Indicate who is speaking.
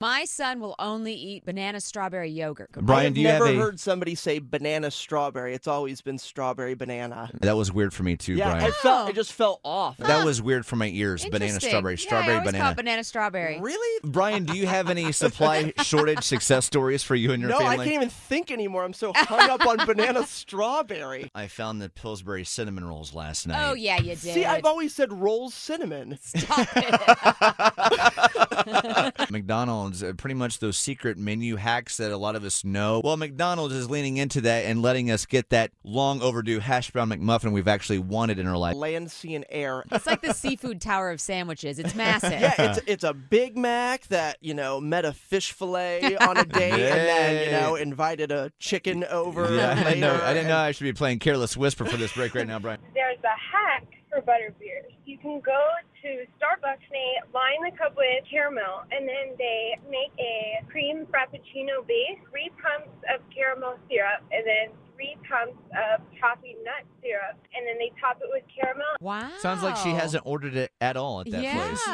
Speaker 1: My son will only eat banana strawberry yogurt.
Speaker 2: Brian,
Speaker 3: I've
Speaker 2: do you have
Speaker 3: never
Speaker 2: a-
Speaker 3: heard somebody say banana strawberry. It's always been strawberry banana.
Speaker 2: That was weird for me too,
Speaker 3: yeah,
Speaker 2: Brian.
Speaker 3: I felt it just fell off.
Speaker 2: that was weird for my ears. Banana,
Speaker 1: Interesting.
Speaker 2: strawberry,
Speaker 1: Yeah, I
Speaker 2: strawberry,
Speaker 1: always
Speaker 2: banana.
Speaker 1: Call it banana strawberry.
Speaker 3: really?
Speaker 2: Brian, do you have any supply shortage success stories for you and your
Speaker 3: no,
Speaker 2: family?
Speaker 3: I can't even think anymore. I'm so hung up on banana strawberry.
Speaker 2: I found the Pillsbury cinnamon rolls last night.
Speaker 1: Oh yeah, you did.
Speaker 3: See, I've always said rolls cinnamon.
Speaker 1: Stop it.
Speaker 2: McDonald's, uh, pretty much those secret menu hacks that a lot of us know. Well, McDonald's is leaning into that and letting us get that long overdue hash brown McMuffin we've actually wanted in our life.
Speaker 3: Land, sea, and air.
Speaker 1: it's like the seafood tower of sandwiches. It's massive.
Speaker 3: Yeah, it's it's a Big Mac that you know met a fish fillet on a date, and then you
Speaker 2: Yeah.
Speaker 3: know invited a chicken over.
Speaker 2: Yeah, I
Speaker 3: later,
Speaker 2: didn't know. I didn't
Speaker 3: and-
Speaker 2: know I should be playing Careless Whisper for this break right now, Brian.
Speaker 4: there's a hack for butterbeers. You can go to Starbucks and they line the cup with caramel and then they make a cream frappuccino base, three pumps of caramel syrup, and then three pumps of toffee nut syrup, and then they top it with caramel
Speaker 1: Wow.
Speaker 2: Sounds like she hasn't ordered it at all at that
Speaker 1: yeah.
Speaker 2: place.